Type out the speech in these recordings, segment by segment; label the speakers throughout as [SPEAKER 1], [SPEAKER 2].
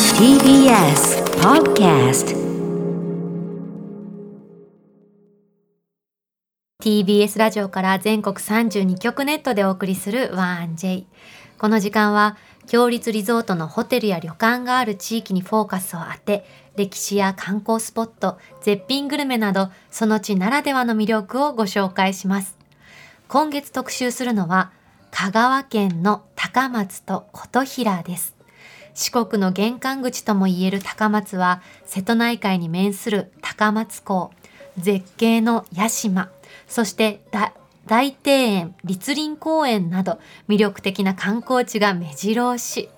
[SPEAKER 1] TBS Podcast
[SPEAKER 2] TBS ラジオから全国32局ネットでお送りする 1J この時間は強立リゾートのホテルや旅館がある地域にフォーカスを当て歴史や観光スポット絶品グルメなどその地ならではの魅力をご紹介します今月特集するのは香川県の高松と琴平です四国の玄関口ともいえる高松は瀬戸内海に面する高松港絶景の屋島そしてだ大庭園栗林公園など魅力的な観光地が目白押し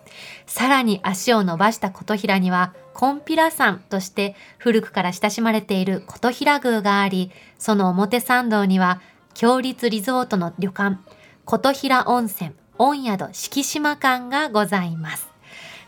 [SPEAKER 2] さらに足を伸ばした琴平にはコンピラ山として古くから親しまれている琴平宮がありその表参道には強立リゾートの旅館琴平温泉御宿敷島館がございます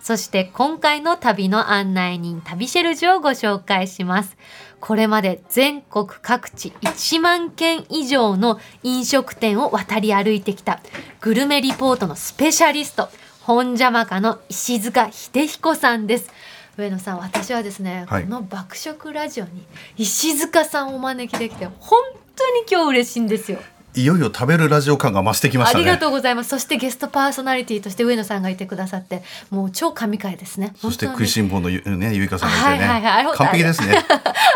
[SPEAKER 2] そして今回の旅の案内人、旅シェルジュをご紹介します。これまで全国各地1万件以上の飲食店を渡り歩いてきたグルメリポートのスペシャリスト、本邪魔家の石塚秀彦さんです。上野さん、私はですね、
[SPEAKER 3] はい
[SPEAKER 2] この爆食ラジオに石塚さんをお招きできて、本当に今日嬉しいんですよ。
[SPEAKER 3] いよいよ食べるラジオ感が増してきまし
[SPEAKER 2] あ
[SPEAKER 3] たね。
[SPEAKER 2] りがとうございます。そしてゲストパーソナリティとして上野さんがいてくださって、もう超神回ですね。
[SPEAKER 3] そして
[SPEAKER 2] 本当
[SPEAKER 3] 食
[SPEAKER 2] に
[SPEAKER 3] いしん坊のゆねゆいかさんがいてね、
[SPEAKER 2] はいはいはい
[SPEAKER 3] 完璧ですね。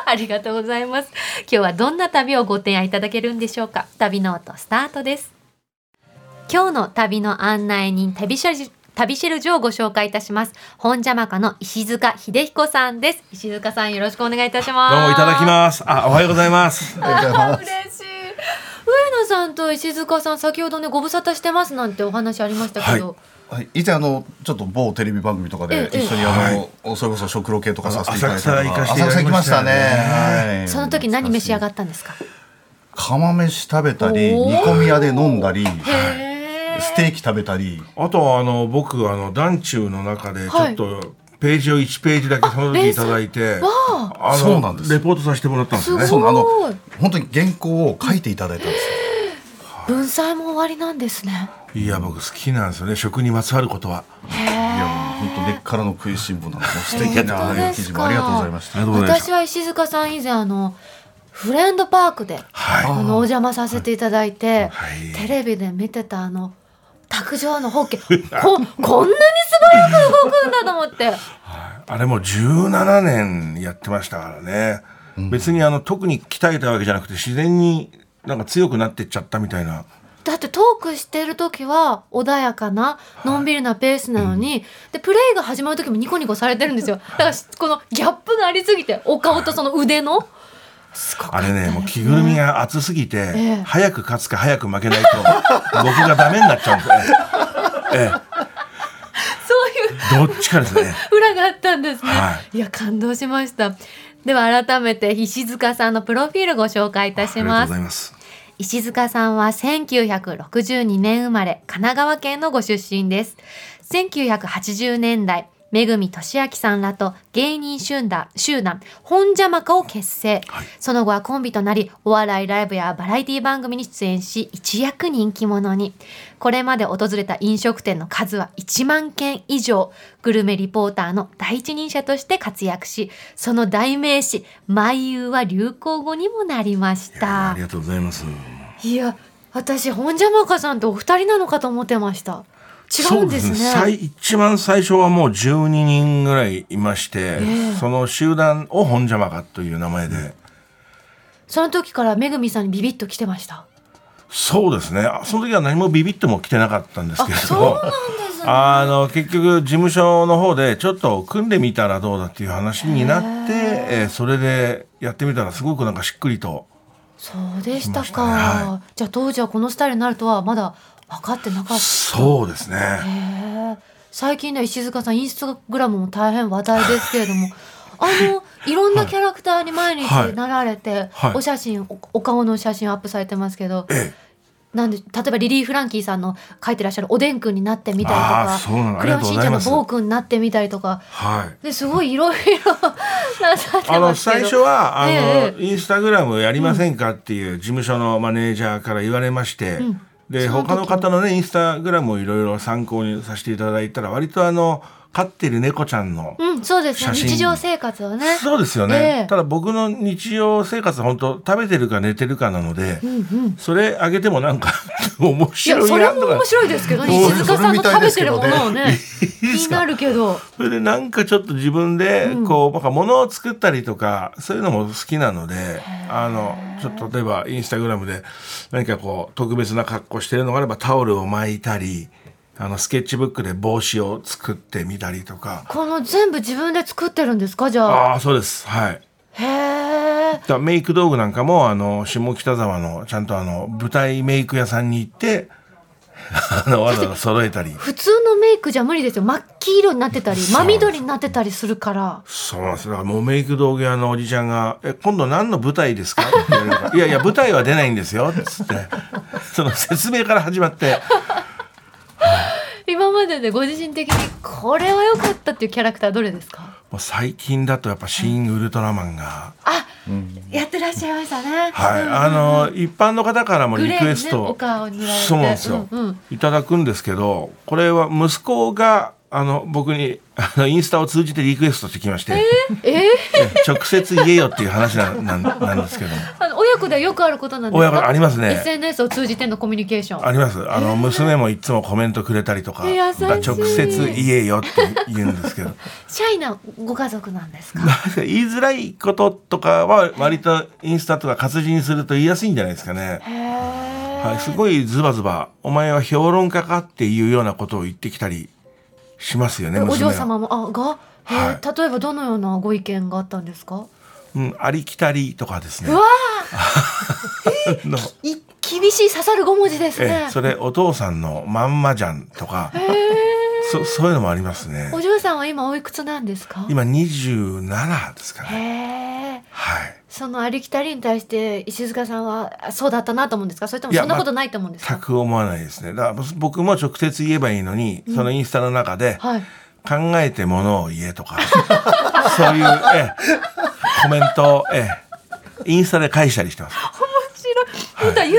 [SPEAKER 2] ありがとうございます。今日はどんな旅をご提案いただけるんでしょうか。旅ノートスタートです。今日の旅の案内人、旅シェルジュ、旅シェルジュをご紹介いたします。本邪魔家の石塚秀彦さんです。石塚さん、よろしくお願いいたします。
[SPEAKER 4] どうもいただきます。あ、おはようございます。
[SPEAKER 2] す。嬉しい。上野さんと石塚さん、先ほどね、ご無沙汰してますなんてお話ありましたけど。
[SPEAKER 3] はい、以前あのちょっと某テレビ番組とかで
[SPEAKER 2] ええ
[SPEAKER 3] 一緒にあの、それこそ食ロ系とかさせていただいた
[SPEAKER 4] あの浅草行かせていた
[SPEAKER 3] 浅
[SPEAKER 4] だ
[SPEAKER 3] 草
[SPEAKER 4] き
[SPEAKER 3] 行きま
[SPEAKER 4] ま
[SPEAKER 3] し
[SPEAKER 4] したた
[SPEAKER 3] ね
[SPEAKER 4] ね。
[SPEAKER 3] はい
[SPEAKER 2] その時何召し上が
[SPEAKER 3] っ
[SPEAKER 2] ったんですか。
[SPEAKER 3] 釜飯食べたり
[SPEAKER 2] おー
[SPEAKER 3] 煮込み屋で飲んだり、はい
[SPEAKER 2] へー
[SPEAKER 3] ステーキ食べたり。
[SPEAKER 4] あとあの僕あの団中の中でち
[SPEAKER 2] は
[SPEAKER 4] ょ
[SPEAKER 2] い
[SPEAKER 4] っとページを1ページだけその時いただいて、あの
[SPEAKER 3] そうなんです
[SPEAKER 4] レポートさせてもらったんですね。
[SPEAKER 2] す
[SPEAKER 3] そう
[SPEAKER 2] ごい
[SPEAKER 3] なの本当に原稿を書いていただいたんですよ。
[SPEAKER 2] 文才も終わりなんですね。
[SPEAKER 4] いや僕好きなんですよね。食にまつわることは。
[SPEAKER 3] いやもう本当根っからの食いしん坊なんでもう素敵
[SPEAKER 2] 本
[SPEAKER 3] な
[SPEAKER 2] 当です
[SPEAKER 3] 記事
[SPEAKER 2] か
[SPEAKER 3] もありがとうございました
[SPEAKER 4] あり。がとうございます
[SPEAKER 2] 私。は石塚さん以前あのフレンドパークで
[SPEAKER 4] はい
[SPEAKER 2] あのお邪魔させていただいて、
[SPEAKER 4] はい
[SPEAKER 2] テレビで見てたあの卓上のホッケ ーここんなに素早く動くんだと思って
[SPEAKER 4] あれも17年やってましたからね。別にあの特に鍛えたわけじゃなくて自然になんか強くなってっちゃったみたいな。
[SPEAKER 2] だってトークしてる時は穏やかなのんびりなペースなのに、でプレイが始まる時もニコニコされてるんですよだからこのギャップがありすぎてお顔とその腕 のすごか
[SPEAKER 4] あ
[SPEAKER 2] った
[SPEAKER 4] れ
[SPEAKER 2] で
[SPEAKER 4] ね、
[SPEAKER 2] す
[SPEAKER 4] もう着ぐるみが熱すぎて、
[SPEAKER 2] え
[SPEAKER 4] 早く勝つか早く負けないと、僕がダメになっちゃうんですね。え
[SPEAKER 2] そういう
[SPEAKER 4] え、どっちかですね。
[SPEAKER 2] 裏があったんですね、、
[SPEAKER 4] はい
[SPEAKER 2] や感動しましたでは改めて石塚さんのプロフィールご紹介いたし
[SPEAKER 4] あり
[SPEAKER 2] ま
[SPEAKER 4] がとうご
[SPEAKER 2] す
[SPEAKER 4] ざいます。
[SPEAKER 2] 石塚さんは1962年生まれ神奈川県のご出身です1980年代めぐみとしあきさんらと芸人集団集団本邪魔家を結成、その後はコンビとなりお笑いライブやバラエティ番組に出演し一躍人気者にこれまで訪れた飲食店の数は1万件以上グルメリポーターの第一人者として活躍しその代名詞「舞遊」は流行語にもなりまし
[SPEAKER 4] いや
[SPEAKER 2] た
[SPEAKER 4] ありがとうございます。
[SPEAKER 2] いや、私本邪魔家さんとお二人なのかと思ってました。違うんですね。
[SPEAKER 4] そう最一番最初はもう12人ぐらいいまして、その集団を本邪魔かという名前で、
[SPEAKER 2] その時からめぐみさんにビビッと来てました。
[SPEAKER 4] そうですね。あその時は何もビビっても来てなかったんですけれど
[SPEAKER 2] そう
[SPEAKER 4] も
[SPEAKER 2] なん。ですね。
[SPEAKER 4] あの結局事務所の方でちょっと組んでみたらどうだっていう話になって、えーそれでやってみたらすごくなんかしっくりと
[SPEAKER 2] そうでした
[SPEAKER 4] 来まし
[SPEAKER 2] か。
[SPEAKER 4] たねは
[SPEAKER 2] じゃあ当時はこのスタイルになるとはまだ分かってなかった。
[SPEAKER 4] そうですね
[SPEAKER 2] へえ最近ね石塚さんインスタグラムも大変話題ですけれど も。あのいろんなキャラクターに毎
[SPEAKER 4] は
[SPEAKER 2] 日
[SPEAKER 4] い
[SPEAKER 2] なられて、
[SPEAKER 4] はい
[SPEAKER 2] お写真おお顔の写真アップされてますけど、
[SPEAKER 4] え
[SPEAKER 2] なんで例えばリリー・フランキーさんの書いてらっしゃる「おでんくん」になってみたりと
[SPEAKER 4] あ
[SPEAKER 2] か
[SPEAKER 4] ーそう
[SPEAKER 2] 「
[SPEAKER 4] なの
[SPEAKER 2] クレヨンしんちゃん」の「
[SPEAKER 4] ありがとうございます
[SPEAKER 2] ボーくん」になってみたりとか
[SPEAKER 4] はい
[SPEAKER 2] ですごいいろいろなさって
[SPEAKER 4] あ
[SPEAKER 2] ま
[SPEAKER 4] の
[SPEAKER 2] すけど
[SPEAKER 4] 最初はあの、
[SPEAKER 2] ええ
[SPEAKER 4] インスタグラムやりませんかっていう事務所のマネージャーから言われまして、
[SPEAKER 2] ん
[SPEAKER 4] で
[SPEAKER 2] その時
[SPEAKER 4] 他の方のねインスタグラムをいろいろ参考にさせていただいたら割とあの飼ってる猫ちゃんの、
[SPEAKER 2] うん、そうですね。
[SPEAKER 4] 写真
[SPEAKER 2] 日常生活をね。
[SPEAKER 4] そうですよね、
[SPEAKER 2] ええ
[SPEAKER 4] ただ僕の日常生活は本当食べてるか寝てるかなので、
[SPEAKER 2] うんうん。
[SPEAKER 4] それあげてもなんか 面
[SPEAKER 2] いや、
[SPEAKER 4] 白い
[SPEAKER 2] それ
[SPEAKER 4] な
[SPEAKER 2] も
[SPEAKER 4] とか
[SPEAKER 2] 面白いですけどね。
[SPEAKER 3] そう
[SPEAKER 2] 石塚さんの食べてるものをね、気
[SPEAKER 4] いいで
[SPEAKER 2] に
[SPEAKER 4] すか
[SPEAKER 2] なるけど。
[SPEAKER 4] それでなんかちょっと自分でこう、なんか物を作ったりとかそういうのも好きなのであのちょっと例えばインスタグラムで何かこう特別な格好してるのがあればタオルを巻いたりあのスケッチブックで帽子を作ってみたりとか
[SPEAKER 2] この全部自分で作ってるんですかじゃあ。
[SPEAKER 4] ああそうですはい。
[SPEAKER 2] へえ。
[SPEAKER 4] だからメイク道具なんかもあの下北沢のちゃんとあの舞台メイク屋さんに行って あのわざわざ揃えたり
[SPEAKER 2] 普通のメイクじゃ無理ですよ。真っ黄色になってたり、
[SPEAKER 4] う
[SPEAKER 2] 真緑になってたりするから。
[SPEAKER 4] そうなんですだからもうメイク道具屋のおじちゃんが「え今度何の舞台ですか?」って言われるから「いやいや舞台は出ないんですよ」っつってその説明から始まって
[SPEAKER 2] 今まででご自身的にこれは良かったっていうキャラクターどれですか
[SPEAKER 4] もう最近だとやっぱ「シン・ウルトラマンが」
[SPEAKER 2] あ、やってらっしゃいましたね。
[SPEAKER 4] はい、
[SPEAKER 2] うん
[SPEAKER 4] あの一般の方からもリクエ
[SPEAKER 2] グ
[SPEAKER 4] ス
[SPEAKER 2] レーねお
[SPEAKER 4] ト、
[SPEAKER 2] 顔にやられて
[SPEAKER 4] そうなんですよ、
[SPEAKER 2] うんうん
[SPEAKER 4] いただくんですけどこれは息子があの僕にあのインスタを通じてリクエストしてきまして、
[SPEAKER 2] え
[SPEAKER 4] 直接言えよっていう話なんなんなんですけど
[SPEAKER 2] あの親子ではよくあることなんです
[SPEAKER 4] 親
[SPEAKER 2] か
[SPEAKER 4] がありますね
[SPEAKER 2] SNS を通じてのコミュニケーション
[SPEAKER 4] ありますあの娘もいつもコメントくれたりとか
[SPEAKER 2] え優しい
[SPEAKER 4] 直接言えよって言うんですけど
[SPEAKER 2] シャイなご家族なんですか
[SPEAKER 4] なんか言いづらいこととかは割とインスタとか活字にすると言いやすいんじゃないですかね。
[SPEAKER 2] へ
[SPEAKER 4] はい、す
[SPEAKER 2] え
[SPEAKER 4] ごいズバズバ「お前は評論家か?」っていうようなことを言ってきたりしますよね娘は
[SPEAKER 2] お嬢様もあがへえ
[SPEAKER 4] は
[SPEAKER 2] 例えばどのようなご意見があったんですか
[SPEAKER 4] うん、ありきたりとかですね
[SPEAKER 2] うわ
[SPEAKER 4] あの
[SPEAKER 2] ーい厳しい刺さる5文字です
[SPEAKER 4] え
[SPEAKER 2] ね
[SPEAKER 4] それお父さんのまんまじゃんとか
[SPEAKER 2] へえ
[SPEAKER 4] そそういうのもありますね
[SPEAKER 2] お嬢さんは今おいくつなんですか
[SPEAKER 4] 今27ですか
[SPEAKER 2] へえ
[SPEAKER 4] ねはい
[SPEAKER 2] そのありきたりに対して石塚さんはあそうだったなと思うんですかそれとも
[SPEAKER 4] いや
[SPEAKER 2] そんなことないと思うんです
[SPEAKER 4] 全
[SPEAKER 2] か
[SPEAKER 4] く思わないですねだから僕も直接言えばいいのに、そのインスタの中で
[SPEAKER 2] はい
[SPEAKER 4] 考えてものを言えとか そういうええコメントをええインスタで返したりしてます
[SPEAKER 2] 白い。本当は YouTube チャン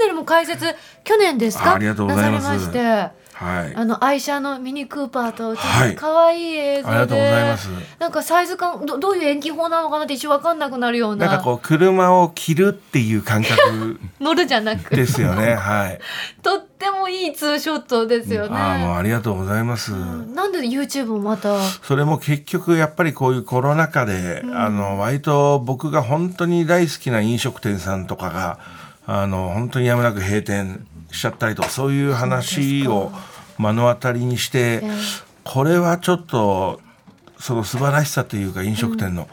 [SPEAKER 2] ネルも開設去年ですか。
[SPEAKER 4] あありがとうございます
[SPEAKER 2] なされまして。
[SPEAKER 4] はい
[SPEAKER 2] あの愛車のミニクーパーとちょ
[SPEAKER 4] は
[SPEAKER 2] っと
[SPEAKER 4] い
[SPEAKER 2] 可愛い映像で、
[SPEAKER 4] ありがとうございます
[SPEAKER 2] なんかサイズ感どどういう延期法なのかなって一瞬わかんなくなるような
[SPEAKER 4] なんかこう車を着るっていう感覚
[SPEAKER 2] 乗るじゃなく
[SPEAKER 4] ですよ ね。はい。
[SPEAKER 2] とってもいいツーショットですよね、
[SPEAKER 4] ああもうありがとうございます。
[SPEAKER 2] うんなんで YouTube もまた
[SPEAKER 4] それも結局やっぱりこういうコロナ禍で、あの割と僕が本当に大好きな飲食店さんとかがあの本当にやむなく閉店しちゃったりとかそういう話を目の当たりにして、
[SPEAKER 2] ええ
[SPEAKER 4] これはちょっとその素晴らしさというか飲食店の、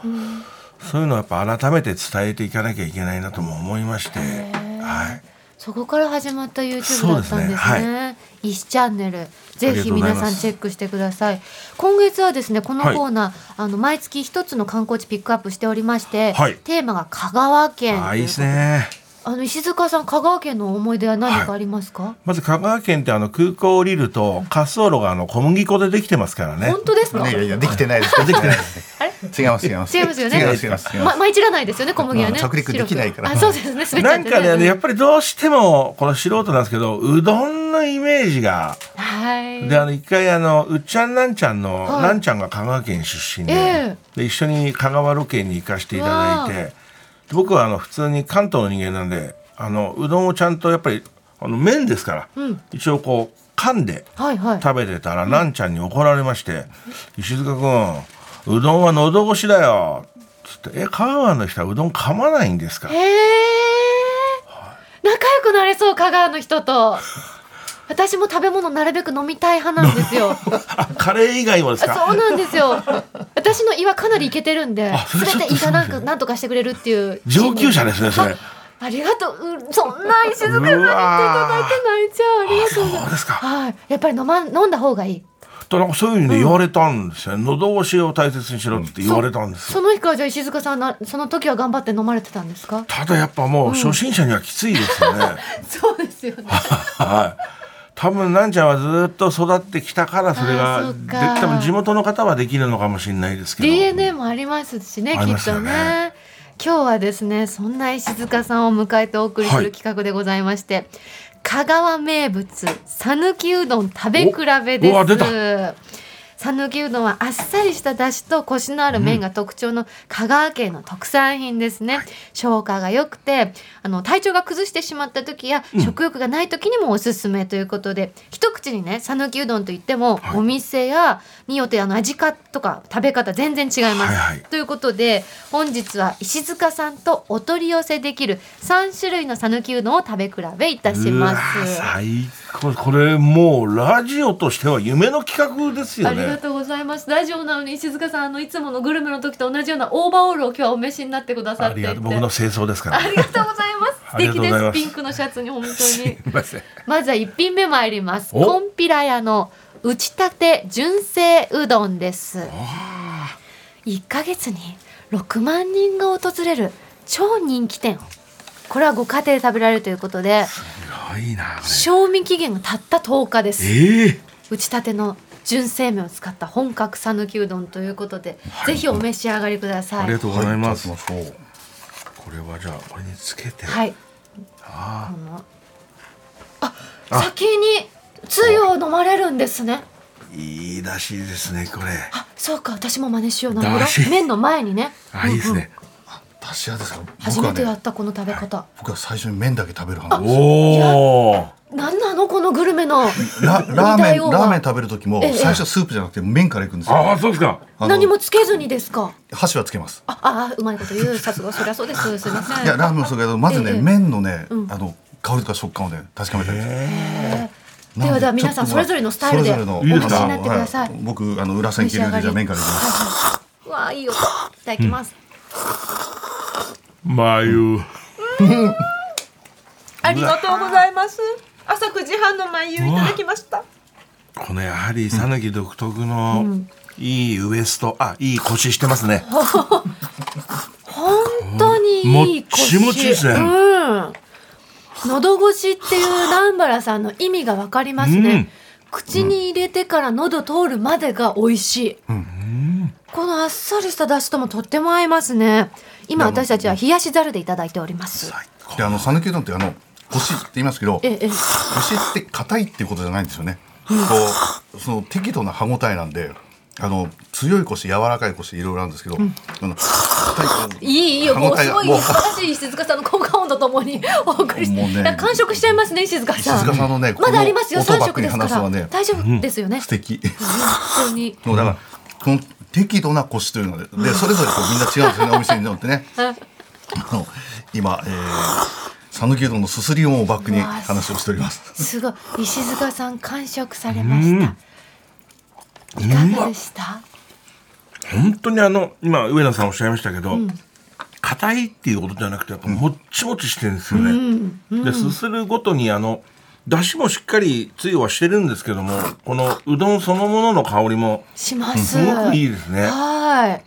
[SPEAKER 4] そういうのをやっぱ改めて伝えていかなきゃいけないなとも思いまして、はい。
[SPEAKER 2] そこから始まった YouTube
[SPEAKER 4] そ
[SPEAKER 2] だ
[SPEAKER 4] う
[SPEAKER 2] っ
[SPEAKER 4] で
[SPEAKER 2] た
[SPEAKER 4] す
[SPEAKER 2] んです
[SPEAKER 4] ね
[SPEAKER 2] ね。石チャンネルぜひ皆さんチェックしてください。今月はですねこの
[SPEAKER 4] はい
[SPEAKER 2] コーナー、あの毎月一つの観光地ピックアップしておりまして、
[SPEAKER 4] はい
[SPEAKER 2] テーマが香川県
[SPEAKER 4] ああいいですね。
[SPEAKER 2] あの石塚さん香川県の思い出は何かありますか？
[SPEAKER 4] まず香川県ってあの空港降りると滑走路があの小麦粉でできてますからね
[SPEAKER 2] 本。当ですか？
[SPEAKER 5] いやいやできてないです。で きてないです
[SPEAKER 2] あれ
[SPEAKER 5] 違います違います。
[SPEAKER 2] 違いますよね
[SPEAKER 5] 違います違います。違いま
[SPEAKER 2] ま、
[SPEAKER 5] す
[SPEAKER 2] 舞い散らないですよね小麦はね。
[SPEAKER 5] うん着陸できないから
[SPEAKER 2] 白くあそうですね滑っちゃ
[SPEAKER 4] な
[SPEAKER 2] っ
[SPEAKER 4] ん
[SPEAKER 2] て
[SPEAKER 4] かね、あの
[SPEAKER 2] ね。
[SPEAKER 4] やっぱりどうしてもこの素人なんですけどうどんのイメージが。
[SPEAKER 2] はい。
[SPEAKER 4] であの一回あのうっちゃんなんちゃんの、
[SPEAKER 2] はい
[SPEAKER 4] なんちゃんが香川県出身で,、
[SPEAKER 2] え
[SPEAKER 4] で一緒に香川ロケに行かせていただいて僕はあの普通に関東の人間なんであのうどんをちゃんとやっぱりあの麺ですから、
[SPEAKER 2] うん
[SPEAKER 4] 一応こう噛んで
[SPEAKER 2] はいはい。
[SPEAKER 4] 食べてたら、なんちゃんに怒られまして「石塚君うどんは喉越しだよ」つって「え香川の人はうどん噛まないんですか?」
[SPEAKER 2] へえ、仲良くなれそう香川の人 と私も食べ物なるべく飲みたい派なんです よ
[SPEAKER 4] あカレー以外もですか
[SPEAKER 2] そうなんですよ私の胃はかなりいけてるんで
[SPEAKER 4] それちょっ
[SPEAKER 2] 全
[SPEAKER 4] と
[SPEAKER 2] て胃がなんかなんとかしてくれるっていう
[SPEAKER 4] 上級者ですねそれ
[SPEAKER 2] あありがとううそんな石塚さんに言っていただいて泣
[SPEAKER 4] う
[SPEAKER 2] いちゃう
[SPEAKER 4] わ
[SPEAKER 2] ありがとうござい
[SPEAKER 4] そう
[SPEAKER 2] ま
[SPEAKER 4] ですすか
[SPEAKER 2] はいやっぱり飲ま飲んだ方がいい
[SPEAKER 4] となんかそういうふうに言われたんですよね喉越しを大切にしろって言われたんです
[SPEAKER 2] そ
[SPEAKER 4] よ
[SPEAKER 2] の日からじゃあ石塚さんなその時は頑張って飲まれてたんですか
[SPEAKER 4] ただやっぱもう初心者にはきついですよね、
[SPEAKER 2] そうですよね
[SPEAKER 4] はい多分なんちゃんはずっと育ってきたからそれ
[SPEAKER 2] あー
[SPEAKER 4] が
[SPEAKER 2] そう
[SPEAKER 4] で
[SPEAKER 2] か
[SPEAKER 4] 多分地元の方はできるのかもしれないですけど
[SPEAKER 2] DNA もありますしね、
[SPEAKER 4] あり
[SPEAKER 2] き
[SPEAKER 4] ま
[SPEAKER 2] っ
[SPEAKER 4] すよ
[SPEAKER 2] と
[SPEAKER 4] ね
[SPEAKER 2] ね。今日はですね、そんな石塚さんを迎えてお送りす
[SPEAKER 4] は
[SPEAKER 2] る
[SPEAKER 4] い
[SPEAKER 2] 企画でございまして、香川名物、さぬきうどん食べ比べ
[SPEAKER 4] おうわ
[SPEAKER 2] で
[SPEAKER 4] 出
[SPEAKER 2] す。讃岐うどんはあっさりした出汁とコシのある麺が特徴の香川県の特産品ですね、消化が良くてあの体調が崩してしまった時や、食欲がない時にもおすすめということで一口にね讃岐うどんといっても、
[SPEAKER 4] はい
[SPEAKER 2] お店やによってあの味かとか食べ方全然違います、
[SPEAKER 4] はいはい
[SPEAKER 2] ということで本日は石塚さんとお取り寄せできる3種類の讃岐うどんを食べ比べいたし
[SPEAKER 4] うわ
[SPEAKER 2] ま
[SPEAKER 4] ー
[SPEAKER 2] す。
[SPEAKER 4] 最高これもうラジオとしては夢の企画ですよ
[SPEAKER 2] ありが
[SPEAKER 4] ね
[SPEAKER 2] とうございます。ラジオなのに石塚さんあのいつものグルメの時と同じようなオーバーオールを今日はお召しになってくださっていて。
[SPEAKER 4] 僕の清掃ですから、
[SPEAKER 2] ありがとうございます。素
[SPEAKER 4] ありが
[SPEAKER 2] 敵
[SPEAKER 4] とう
[SPEAKER 2] で
[SPEAKER 4] ござい
[SPEAKER 2] す。
[SPEAKER 4] ます
[SPEAKER 2] ピンクのシャツに本当に。
[SPEAKER 4] すいません
[SPEAKER 2] まずは一品目参ります。
[SPEAKER 4] お
[SPEAKER 2] コンピラ屋の打ちたて純正うどんです。1ヶ月に6万人が訪れる超人気店。これはご家庭で食べられるということで、
[SPEAKER 4] あいいなこ
[SPEAKER 2] 賞味期限がたった10日です
[SPEAKER 4] れ。ええ
[SPEAKER 2] 打ちたての純生麺を使った本格讃岐うどんということで、ぜひお召し上がりくださ
[SPEAKER 4] あり
[SPEAKER 2] い
[SPEAKER 4] が。とうございます、
[SPEAKER 5] はいいただきましょう
[SPEAKER 4] これはじゃあこれにつけて、
[SPEAKER 2] はい。
[SPEAKER 4] あ
[SPEAKER 2] このあ、先につゆを飲まれるんですね。
[SPEAKER 4] ーいいだしですねこれ
[SPEAKER 2] あ、そうか、私も真似しよう。なるほ
[SPEAKER 4] だし
[SPEAKER 2] ど。麺の前にね。
[SPEAKER 4] あいいですね、
[SPEAKER 5] 私はですから
[SPEAKER 2] 初
[SPEAKER 5] 僕
[SPEAKER 2] め
[SPEAKER 5] は
[SPEAKER 2] てや
[SPEAKER 5] ね
[SPEAKER 2] ったこの食べ方。
[SPEAKER 5] 僕は最初に麺だけ食べる派なんですよ
[SPEAKER 4] おお
[SPEAKER 2] なんなのこのグルメの
[SPEAKER 5] ララーメンラーメン
[SPEAKER 2] 食
[SPEAKER 5] 食べる時も
[SPEAKER 2] ええ
[SPEAKER 5] 最初はスープじゃなくて麺からいくんですよ
[SPEAKER 4] ああそうですか
[SPEAKER 5] あの
[SPEAKER 2] 何もつけずにですか。
[SPEAKER 5] 箸はつけます
[SPEAKER 2] あ、あ、うまいこと言う。さすがそりゃそうです。すみません。
[SPEAKER 5] いやラーメンもそうだけどまずね、
[SPEAKER 2] ええ
[SPEAKER 5] 麺のね、
[SPEAKER 2] うん
[SPEAKER 5] あの香りとか食感をね確かめたいです、
[SPEAKER 2] ではでは皆さんそれぞれのスタイルで
[SPEAKER 5] それぞ
[SPEAKER 2] お
[SPEAKER 5] れの
[SPEAKER 2] 召しになってください
[SPEAKER 5] は。僕あの裏千切りでじゃあ麺からいきます
[SPEAKER 2] うわあいい音。いただきます。
[SPEAKER 4] まゆ
[SPEAKER 6] ありがとうございます。朝9時半の眉いただきました。
[SPEAKER 4] このやはり讃岐独特のいいウエスト、あいい腰してますね
[SPEAKER 2] 本当にいい
[SPEAKER 4] もっち
[SPEAKER 2] 腰
[SPEAKER 4] もちですね
[SPEAKER 2] うん。喉越しっていう南原さんの意味がわかりますね。口に入れてから喉通るまでが美味しい。このあっさりした出汁ともとっても合いますね。今私たちは冷やしざるでいただいております。
[SPEAKER 5] であの讃岐うどんってあの腰って言いますけど
[SPEAKER 2] ええええ
[SPEAKER 5] 腰って硬いっていうことじゃないんですよねこうその適度な歯ごたえなんであの強い腰柔らかい腰いろいろあるんですけど、あの硬い
[SPEAKER 2] いいいいよ、
[SPEAKER 5] 歯
[SPEAKER 2] も
[SPEAKER 5] 応
[SPEAKER 2] うす
[SPEAKER 5] えが
[SPEAKER 2] ごい
[SPEAKER 5] もう
[SPEAKER 2] 素晴らしい静香さんの効果音とともにお送りして、
[SPEAKER 5] もうね
[SPEAKER 2] いや完食しちゃいますね、静香さん。
[SPEAKER 5] 石塚さんのねこの
[SPEAKER 2] まだありますよ、
[SPEAKER 5] 音
[SPEAKER 2] 三
[SPEAKER 5] ばっか
[SPEAKER 2] 食
[SPEAKER 5] り
[SPEAKER 2] ですか
[SPEAKER 5] 話すの
[SPEAKER 2] ら。
[SPEAKER 5] はね
[SPEAKER 2] 大丈夫ですよね。
[SPEAKER 5] 素敵
[SPEAKER 2] 本当に。
[SPEAKER 5] もうだから、この適度な腰というのででそれぞれこうみんな違うんですよねお店によっ てね。あの今、えー、讃岐うどんのすすり音をバックに
[SPEAKER 2] うわ
[SPEAKER 5] 話をしております。
[SPEAKER 2] すごい石塚さん完食されました。いかがでした？
[SPEAKER 4] 本当にあの今上野さんおっしゃいましたけど、硬いっていうことじゃなくてやっぱもっちもちしてるんですよね、ですするごとにあのだしもしっかりつゆはしてるんですけどもこのうどんそのものの香りも
[SPEAKER 2] します。
[SPEAKER 4] すごくいいですね
[SPEAKER 2] はーい。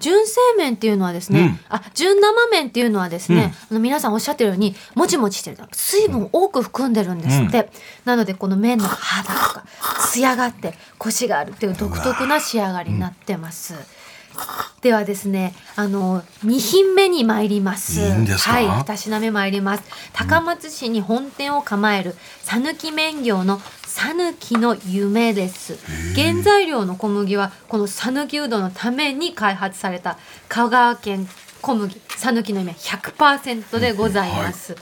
[SPEAKER 2] 純正麺っていうのはですね、
[SPEAKER 4] うん
[SPEAKER 2] あ純生麺っていうのはですね、あの皆さんおっしゃってるようにもちもちしてる水分を多く含んでるんですって、なのでこの麺の肌とか艶があってコシがあるっていう独特な仕上がりになってます、ではですねあの2品目に参ります
[SPEAKER 4] いいんですか
[SPEAKER 2] はい2品目参ります高松市に本店を構える讃岐麺業の讃岐の夢です原材料の小麦はこの讃岐うどんのために開発された香川県小麦讃岐の夢100%でございます、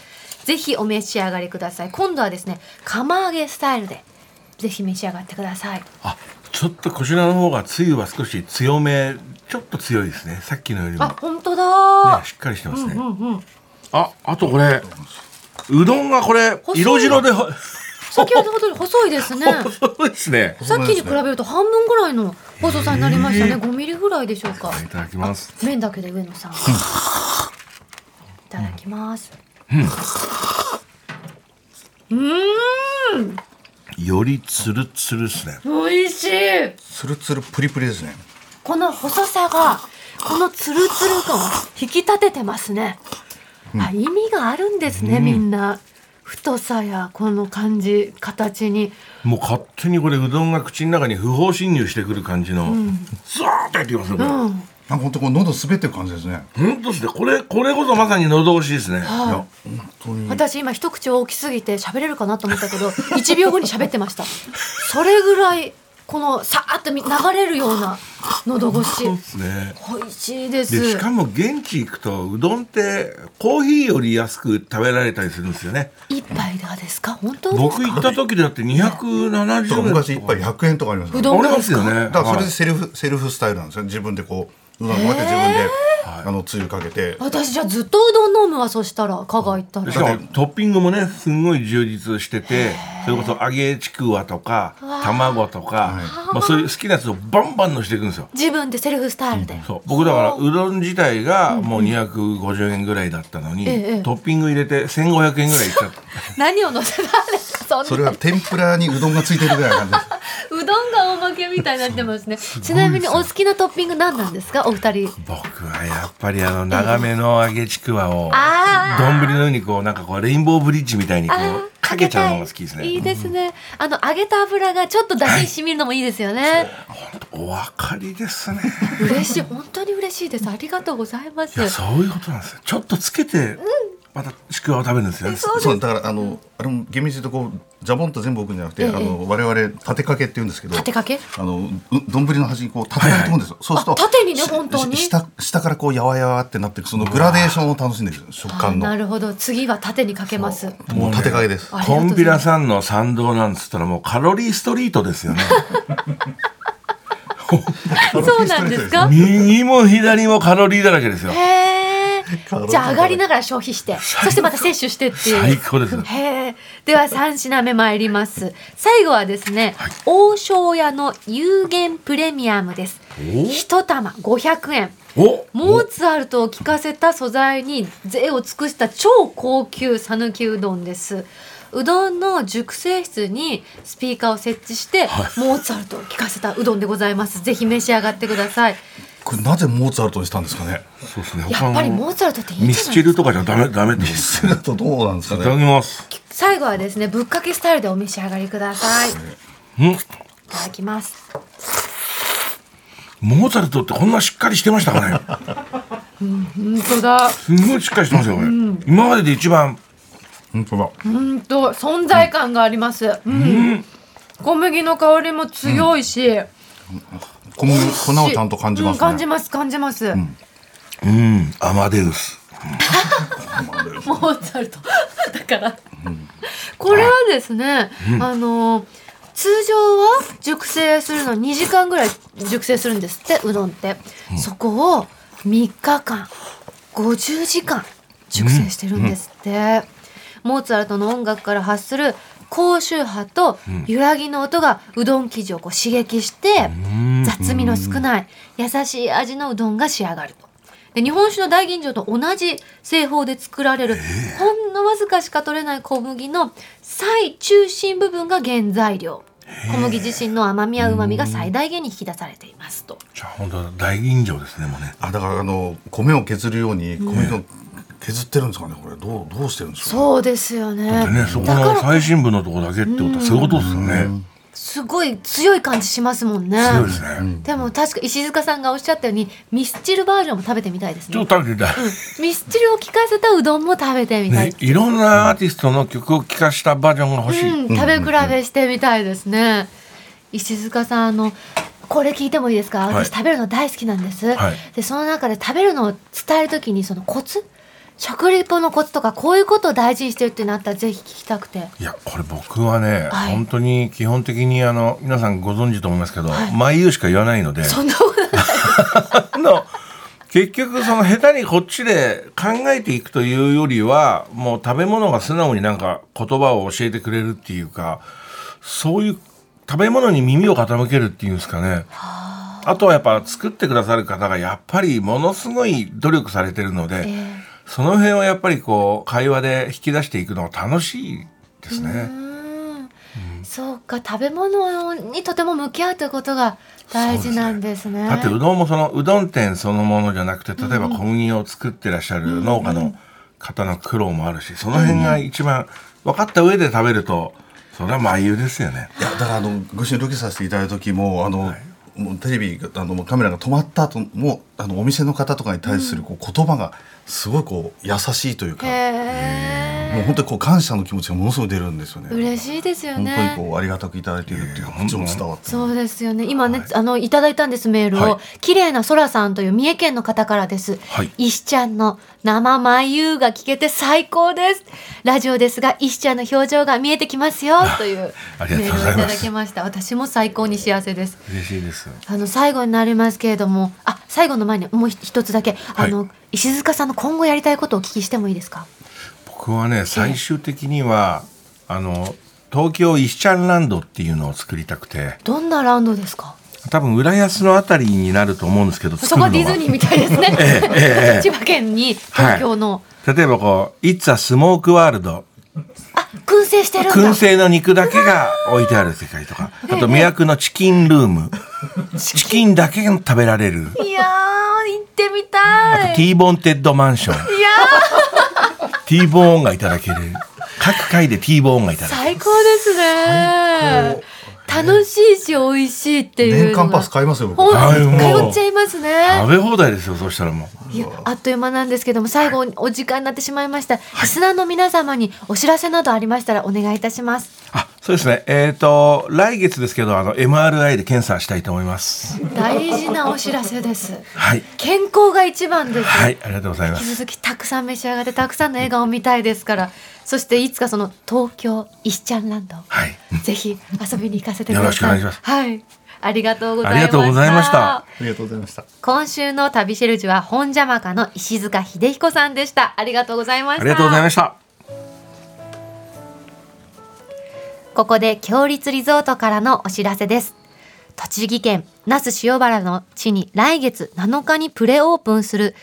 [SPEAKER 2] ぜひお召し上がりください今度はですね釜揚げスタイルでぜひ召し上がってください
[SPEAKER 4] あちょっとこちらの方がつゆは少し強めちょっと強いですねさっきのよりも、
[SPEAKER 2] あ
[SPEAKER 4] ね、
[SPEAKER 2] 本当だ、
[SPEAKER 4] しっかりしてますね、
[SPEAKER 2] うんうん
[SPEAKER 4] ああとこれうどんがこれ
[SPEAKER 2] 細い
[SPEAKER 4] 色白でほ
[SPEAKER 2] 先ほどより細いですね
[SPEAKER 4] 細いですね
[SPEAKER 2] さっきに比べると半分ぐらいの細さになりましたね。5ミリぐらいでしょうか。
[SPEAKER 4] いただきます
[SPEAKER 2] 麺だけで上野さん。いただきます。
[SPEAKER 4] よりつるつるですね
[SPEAKER 2] 美味しい。
[SPEAKER 5] つるつるプリプリですね。
[SPEAKER 2] この細さが、このツルツル感を引き立ててますね。あ、意味があるんですね、みんな。太さやこの感じ、形に。
[SPEAKER 4] もう勝手にこれうどんが口の中に不法侵入してくる感じの、ザーッとやってきますねこれ、
[SPEAKER 2] うん。
[SPEAKER 5] なんか本当こう喉滑ってる感じですね。
[SPEAKER 4] ほんとですねこれこれこそまさに喉越しですね
[SPEAKER 5] いや
[SPEAKER 2] は
[SPEAKER 5] 本当に
[SPEAKER 2] い。私今一口大きすぎて喋れるかなと思ったけど、1秒後に喋ってました。それぐらいこのさーっとみ流れるような喉越し
[SPEAKER 4] ね
[SPEAKER 2] 美味しいです
[SPEAKER 4] でしかも現地行くとうどんってコーヒーより安く食べられたりするんですよね
[SPEAKER 2] 一杯がですか本当です
[SPEAKER 4] 僕
[SPEAKER 2] か
[SPEAKER 4] 行った時だって270円
[SPEAKER 5] とか昔一杯
[SPEAKER 4] あ
[SPEAKER 5] 100円とかありました
[SPEAKER 2] う
[SPEAKER 5] ね
[SPEAKER 2] どん
[SPEAKER 4] り
[SPEAKER 2] が
[SPEAKER 4] ま
[SPEAKER 2] ですすか
[SPEAKER 4] よね
[SPEAKER 5] だからそれ
[SPEAKER 4] は
[SPEAKER 5] で
[SPEAKER 4] い
[SPEAKER 5] セルフ、セルフスタイルなんですよね自分でこううどんこうやって自分で、あのつゆかけて
[SPEAKER 2] 私じゃあずっとうどん飲むわそしたら香川行った
[SPEAKER 4] しからもトッピングもねすんごい充実しててそれこそ揚げちくわとか卵とか、まあ、そういう好きなやつをバンバンのしていくんですよ
[SPEAKER 2] 自分でセルフスタイルで
[SPEAKER 4] そう僕だからうどん自体がもう250円ぐらいだったのに、
[SPEAKER 2] ええ
[SPEAKER 4] トッピング入れて1500円ぐらいいっちゃった
[SPEAKER 2] 何を乗せたんですかそんな
[SPEAKER 5] それは天ぷらにうどんがついてるぐらいな感 じです
[SPEAKER 2] うどんがおまけみたいになってますね。ちなみにお好きなトッピング何なんですか、お二人。
[SPEAKER 4] 僕はやっぱりあの長めの揚げちくわを
[SPEAKER 2] あー
[SPEAKER 4] 丼のようにこうなんかこうレインボーブリッジみたいにこうかけちゃうのが好きです
[SPEAKER 2] いい
[SPEAKER 4] ね
[SPEAKER 2] ですね。あの揚げた油がちょっと出汁に染みるのもいいですよね。
[SPEAKER 4] お分かりですね
[SPEAKER 2] 嬉しい、本当に嬉しいです。ありがとうございま
[SPEAKER 4] いや
[SPEAKER 2] す。
[SPEAKER 4] そういうことなんですよちょっとつけてまたちくわを食べるんですよね
[SPEAKER 5] そうだからあのあれも厳密に言うとこうジャボンと全部置くんじゃなくて、
[SPEAKER 2] ええ
[SPEAKER 5] あの我々立てかけって言うんですけど
[SPEAKER 2] 立てかけ
[SPEAKER 5] あのう丼の端にこう立てかけてくんですよ、そうすると
[SPEAKER 2] あ縦にね本当に
[SPEAKER 5] し下下からこうやわやわってなっていくそのグラデーションを楽しんでるんですよ食
[SPEAKER 2] あ
[SPEAKER 5] 感
[SPEAKER 2] な
[SPEAKER 5] の
[SPEAKER 2] るほど、次は縦にかけます。
[SPEAKER 5] もう立てかけです
[SPEAKER 2] ありがとうござい
[SPEAKER 4] コ
[SPEAKER 2] ます
[SPEAKER 4] ンビラさんの参道なんつったらもうカロリーストリートですよね
[SPEAKER 2] そうなんですか。
[SPEAKER 4] 右も左もカロリーだらけですよ
[SPEAKER 2] へえ
[SPEAKER 5] ロ。
[SPEAKER 2] じゃあ上がりながら消費して、そしてまた摂取してっていう。
[SPEAKER 4] 最高です
[SPEAKER 2] へえ。では三品目参ります。最後はですね、王将屋の有限プレミアムです。一玉500円。
[SPEAKER 4] お
[SPEAKER 2] モーツァルトを効かせた素材に贅を尽くした超高級讃岐うどんですうどんの熟成室にスピーカーを設置して、モーツァルトを効かせたうどんでございますぜひ召し上がってください
[SPEAKER 5] これなぜモーツァルトにしたんですかね
[SPEAKER 4] そうですね
[SPEAKER 2] やっぱりモ
[SPEAKER 4] も
[SPEAKER 2] ーツァルトっていいんじゃない
[SPEAKER 4] ミ
[SPEAKER 2] です
[SPEAKER 4] ス
[SPEAKER 2] か
[SPEAKER 4] チルとかじゃダメダメってことです
[SPEAKER 5] それとどうなんですか
[SPEAKER 4] いただ
[SPEAKER 5] ね
[SPEAKER 4] きます
[SPEAKER 2] 最後はですねぶっかけスタイルでお召し上がりくださいい
[SPEAKER 4] うん
[SPEAKER 2] ただきます
[SPEAKER 4] モーツァルトってこんなしっかりしてましたかね
[SPEAKER 2] 本当だ
[SPEAKER 4] すごいしっかりしてますよ、これ今までで一番
[SPEAKER 5] 本当だ
[SPEAKER 2] 本当存在感がありますうん、小麦の香りも強いし、
[SPEAKER 5] 小麦粉をちゃんと感じま
[SPEAKER 2] うん、
[SPEAKER 5] すね
[SPEAKER 2] 感じます感じます、
[SPEAKER 4] うんアマデウス
[SPEAKER 2] モーツァルト だから、これはですね、あの通常は熟成するの2時間ぐらい熟成するんですってうどんって、そこを3日間50時間熟成してるんですって、モーツァルトの音楽から発する高周波と揺らぎの音がうどん生地をこう刺激して、雑味の少ない優しい味のうどんが仕上がると。で日本酒の大吟醸と同じ製法で作られる、ほんのわずかしか取れない小麦の最中心部分が原材料小麦自身の甘みやうまみが最大限に引き出されていますと
[SPEAKER 4] じゃあ本当だ大吟醸ですねもうね
[SPEAKER 5] あだからあの米を削るように米を削ってるんですかねこれどうどうしてるんですかね
[SPEAKER 2] そうですよね
[SPEAKER 4] でねそこ
[SPEAKER 2] だ
[SPEAKER 4] の
[SPEAKER 2] から
[SPEAKER 4] 最深部のとこだけってことはそういうことですよね
[SPEAKER 2] すごい強い感じしますもんね
[SPEAKER 4] 強いですね
[SPEAKER 2] でも確か石塚さんがおっしゃったようにミスチルバージョンも食べてみたいです
[SPEAKER 4] ちょ
[SPEAKER 2] ね
[SPEAKER 4] っと食べてみたい
[SPEAKER 2] ミスチルを聞かせたうどんも食べてみたい、
[SPEAKER 4] ね、いろんなアーティストの曲を聴かしたバージョンが欲しい、
[SPEAKER 2] うん、食べ比べしてみたいですね。石塚さん、あの、これ聞いてもいいですか、
[SPEAKER 4] はい
[SPEAKER 2] 私食べるの大好きなんです。
[SPEAKER 4] はい
[SPEAKER 2] で、その中で食べるのを伝えるときに、そのコツ。食リポのコツとか、こういうことを大事にしてるってなったら、ぜひ聞きたくて。
[SPEAKER 4] いやこれ僕はね、
[SPEAKER 2] はい
[SPEAKER 4] 本当に基本的にあの皆さんご存知と思いますけど「
[SPEAKER 2] はい
[SPEAKER 4] まい、ゆう」しか言わないので
[SPEAKER 2] そんなことない。
[SPEAKER 4] あの結局その下手にこっちで考えていくというよりはもう食べ物が素直になんか言葉を教えてくれるっていうかそういう食べ物に耳を傾けるっていうんですかねあとはやっぱ作ってくださる方がやっぱりものすごい努力されてるので、その辺をやっぱりこう会話で引き出していくのが楽しいですね。
[SPEAKER 2] うんそうか、食べ物にとても向き合うということが大事なんですね。
[SPEAKER 4] だってうどんもそのうどん店そのものじゃなくて例えば小麦を作ってらっしゃる農家の方の苦労もあるしその辺が一番分かった上で食べるとそれはまゆですよね。
[SPEAKER 5] いやだからあのご一緒にロケさせていただいた時もあの、もうテレビがあのもうカメラが止まった後もあのお店の方とかに対するこう言葉がすごいこう優しいというか、
[SPEAKER 2] へえ。
[SPEAKER 5] もう本当にこう感謝の気持ちがものすごい出るんですよね。
[SPEAKER 2] 嬉しいですよ
[SPEAKER 5] 本
[SPEAKER 2] ね
[SPEAKER 5] 当にこうありがたくいただいているっていう感じも伝わって。
[SPEAKER 2] そうですよね。今ね、あのいただいたんですメールを、
[SPEAKER 5] はい
[SPEAKER 2] 綺麗な空さんという三重県の方からです。
[SPEAKER 5] はい
[SPEAKER 2] 石ちゃんの生眉が聞けて最高です。ラジオですが石ちゃんの表情が見えてきますよという
[SPEAKER 4] あり
[SPEAKER 2] メ
[SPEAKER 4] が
[SPEAKER 2] ー
[SPEAKER 4] とう
[SPEAKER 2] ル
[SPEAKER 4] ご
[SPEAKER 2] をい
[SPEAKER 4] ざ
[SPEAKER 2] ただ
[SPEAKER 4] います
[SPEAKER 2] きました。私も最高に幸せです。
[SPEAKER 4] 嬉しいです。
[SPEAKER 2] あの最後になりますけれども、あ最後の前にもう一つだけ、
[SPEAKER 4] は
[SPEAKER 2] あ
[SPEAKER 4] い
[SPEAKER 2] の石塚さんの今後やりたいことをお聞きしてもいいですか。
[SPEAKER 4] 僕はね最終的にはあの東京石ちゃんランドっていうのを作りたくて
[SPEAKER 2] どんなラウンドですか。
[SPEAKER 4] 多分浦安のあたりになると思うんですけど
[SPEAKER 2] そこはディズニーみたいですね。
[SPEAKER 4] ええ
[SPEAKER 2] 千葉県に東京の、
[SPEAKER 4] 例えばこう「It's a Smoke World」
[SPEAKER 2] あ燻製してるんだ。
[SPEAKER 4] 燻製の肉だけが置いてある世界とかあと魅惑のチキンルームチキンだけが食べられる
[SPEAKER 2] いやー、行ってみ
[SPEAKER 4] あ
[SPEAKER 2] た
[SPEAKER 4] と
[SPEAKER 2] い。
[SPEAKER 4] T ボーンテッドマンション
[SPEAKER 2] いや
[SPEAKER 4] T ボーンがいただける各回で T ボーンがいた
[SPEAKER 2] ー、
[SPEAKER 4] だける
[SPEAKER 2] 最高ですね。楽しいし、美味しいっていう
[SPEAKER 5] 年
[SPEAKER 2] のが。
[SPEAKER 5] 間パス買いますよ僕。
[SPEAKER 2] ほん
[SPEAKER 4] はいも
[SPEAKER 2] 通
[SPEAKER 4] う
[SPEAKER 2] っちゃいます
[SPEAKER 4] 食
[SPEAKER 2] ね。
[SPEAKER 4] べ放題ですよそしたらもう
[SPEAKER 2] いや、あっという間なんですけども、最後にお時間になってしまいました。リスナーの皆様にお知らせなどありましたらお願いいたします。
[SPEAKER 4] あそうですねえっ、と来月ですけどあの MRI で検査したいと思います
[SPEAKER 2] 大事なお知らせです。
[SPEAKER 4] はい
[SPEAKER 2] 健康が一番です。
[SPEAKER 4] はいありがとうございま
[SPEAKER 2] 引き
[SPEAKER 4] す
[SPEAKER 2] 続きたくさん召し上がってたくさんの笑顔を見たいですからそしていつかその東京石ちゃんランド、
[SPEAKER 4] はい
[SPEAKER 2] ぜひ遊びに行かせてください
[SPEAKER 4] よろしくお願いします
[SPEAKER 2] はいありがとうございました
[SPEAKER 4] ありがとうございました
[SPEAKER 5] ありがとうございました。
[SPEAKER 2] 今週の旅シェルジュは本邪魔家の石塚秀彦さんでしたありがとうございました
[SPEAKER 4] ありがとうございました
[SPEAKER 2] ここで強立リゾートからのお知らせです。栃木県那須塩原の地に来月7日にプレオープンする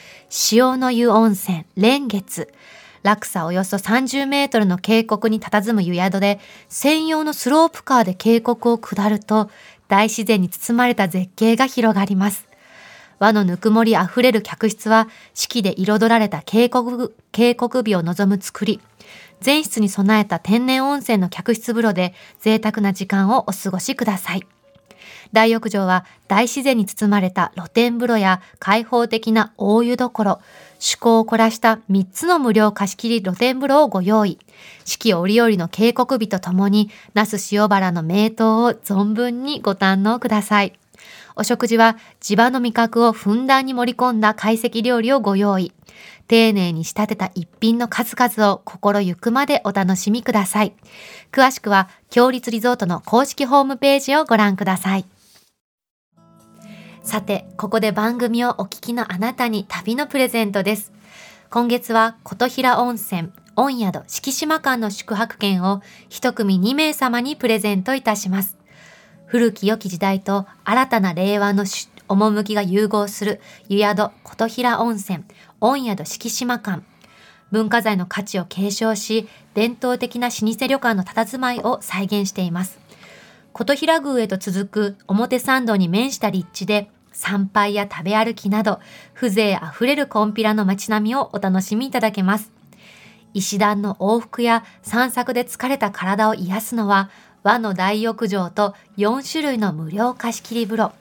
[SPEAKER 2] 塩の湯温泉蓮月。落差およそ30メートルの渓谷に佇む湯宿で専用のスロープカーで渓谷を下ると大自然に包まれた絶景が広がります。和のぬくもりあふれる客室は四季で彩られた渓谷渓谷美を望む作り全室に備えた天然温泉の客室風呂で贅沢な時間をお過ごしください大浴場は大自然に包まれた露天風呂や開放的な大湯どころ趣向を凝らした3つの無料貸し切り露天風呂をご用意四季折々の渓谷美とともに那須塩原の名湯を存分にご堪能くださいお食事は地場の味覚をふんだんに盛り込んだ懐石料理をご用意。丁寧に仕立てた一品の数々を心ゆくまでお楽しみください。詳しくは、強立リゾートの公式ホームページをご覧ください。さて、ここで番組をお聞きのあなたに旅のプレゼントです。今月は琴平温泉、御宿、敷島間の宿泊券を一組2名様にプレゼントいたします。古き良き時代と新たな令和のし趣が融合する湯宿琴平温泉御宿敷島館文化財の価値を継承し伝統的な老舗旅館の佇まいを再現しています琴平宮へと続く表参道に面した立地で参拝や食べ歩きなど風情あふれるコンピラの街並みをお楽しみいただけます石段の往復や散策で疲れた体を癒すのは和の大浴場と4種類の無料貸し切り風呂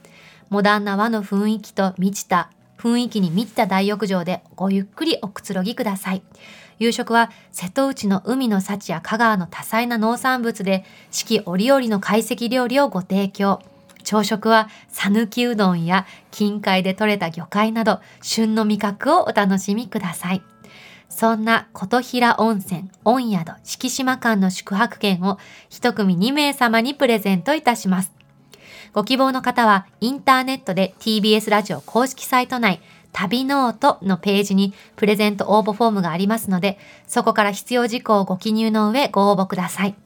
[SPEAKER 2] モダンな和の雰囲気と満ちた雰囲気に満ちた大浴場でごゆっくりおくつろぎください夕食は瀬戸内の海の幸や香川の多彩な農産物で四季折々の懐石料理をご提供朝食は讃岐うどんや近海で採れた魚介など旬の味覚をお楽しみくださいそんな琴平温泉、御宿、敷島間の宿泊券を一組2名様にプレゼントいたします。ご希望の方はインターネットで TBS ラジオ公式サイト内旅ノートのページにプレゼント応募フォームがありますので、そこから必要事項をご記入の上ご応募ください。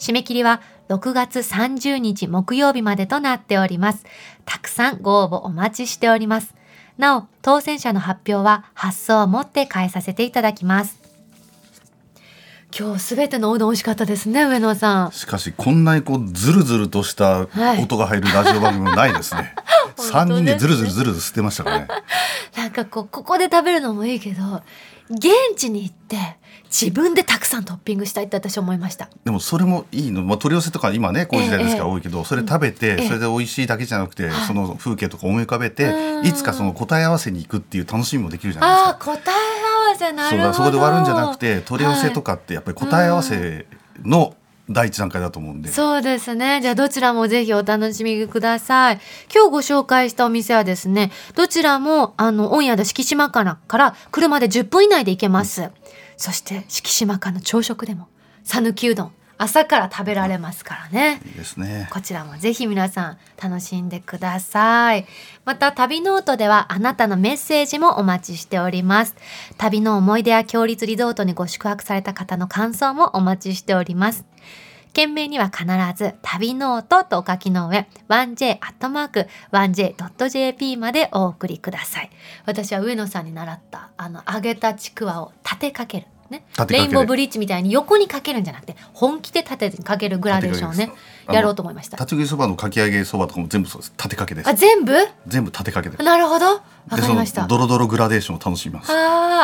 [SPEAKER 2] 締め切りは6月30日木曜日までとなっております。たくさんご応募お待ちしております。なお、当選者の発表は発送をもって変えさせていただきます。今日すべてのおうどん美味しかったですね、上野さん。
[SPEAKER 5] しかしこんなにこうズルズルとした
[SPEAKER 2] はい
[SPEAKER 5] 音が入るラジオ番組もないです ね。三、人でズルズルズルズル吸ってましたからね。
[SPEAKER 2] なんかこう、ここで食べるのもいいけど、現地に行って自分でたくさんトッピングしたいって私思いました。
[SPEAKER 5] でもそれもいいの、まあ、取り寄せとか今ねこういう時代ですから
[SPEAKER 2] ええ
[SPEAKER 5] 多いけど、それ食べ
[SPEAKER 2] え
[SPEAKER 5] て、
[SPEAKER 2] え
[SPEAKER 5] それで美味しいだけじゃなくて、その風景とか思い浮かべて、いつかその答え合わせに行くっていう楽しみもできるじゃないです
[SPEAKER 2] あ
[SPEAKER 5] か。
[SPEAKER 2] あ、答え合わ生な
[SPEAKER 5] そ
[SPEAKER 2] るほ
[SPEAKER 5] う
[SPEAKER 2] ど
[SPEAKER 5] だそこで終わるんじゃなくて取り寄せと
[SPEAKER 2] か、
[SPEAKER 5] かってやっぱり答え合わせの第一段階だと思うんで、
[SPEAKER 2] はいそうですねじゃあどちらもぜひお楽しみください今日ご紹介したお店はですねどちらもあのオンエアで敷島からから車で10分以内で行けます、そして敷島からの朝食でも讃岐うどん朝から食べられますからね、
[SPEAKER 5] いいですね
[SPEAKER 2] こちらもぜひ皆さん楽しんでください。また旅ノートではあなたのメッセージもお待ちしております。旅の思い出や強立リゾートにご宿泊された方の感想もお待ちしております。件名には必ず旅ノートとお書きの上 1j.1j.jp までお送りください。私は上野さんに習ったあの揚げたちくわを立てかける。ね
[SPEAKER 5] 立、て
[SPEAKER 2] レ
[SPEAKER 5] かけ
[SPEAKER 2] イ
[SPEAKER 5] る
[SPEAKER 2] ンボーブリッジみたいに横にかけるんじゃなくて本気で立てかけるグラデーションをね
[SPEAKER 5] 立てかけですあの
[SPEAKER 2] やろうと思いました
[SPEAKER 5] 立ち食いそばのかき揚げそばとかも全部そうです立てかけです
[SPEAKER 2] あ全部
[SPEAKER 5] 全部立てかけです
[SPEAKER 2] なるほどわか
[SPEAKER 5] で
[SPEAKER 2] り
[SPEAKER 5] その
[SPEAKER 2] ました
[SPEAKER 5] ドロドログラデーションを楽しみます
[SPEAKER 2] あ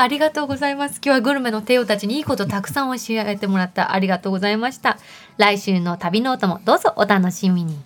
[SPEAKER 2] ーありがとうございます今日はグルメの帝王たちにいいことたくさん教えてもらったありがとうございました来週の旅ノートもどうぞお楽しみに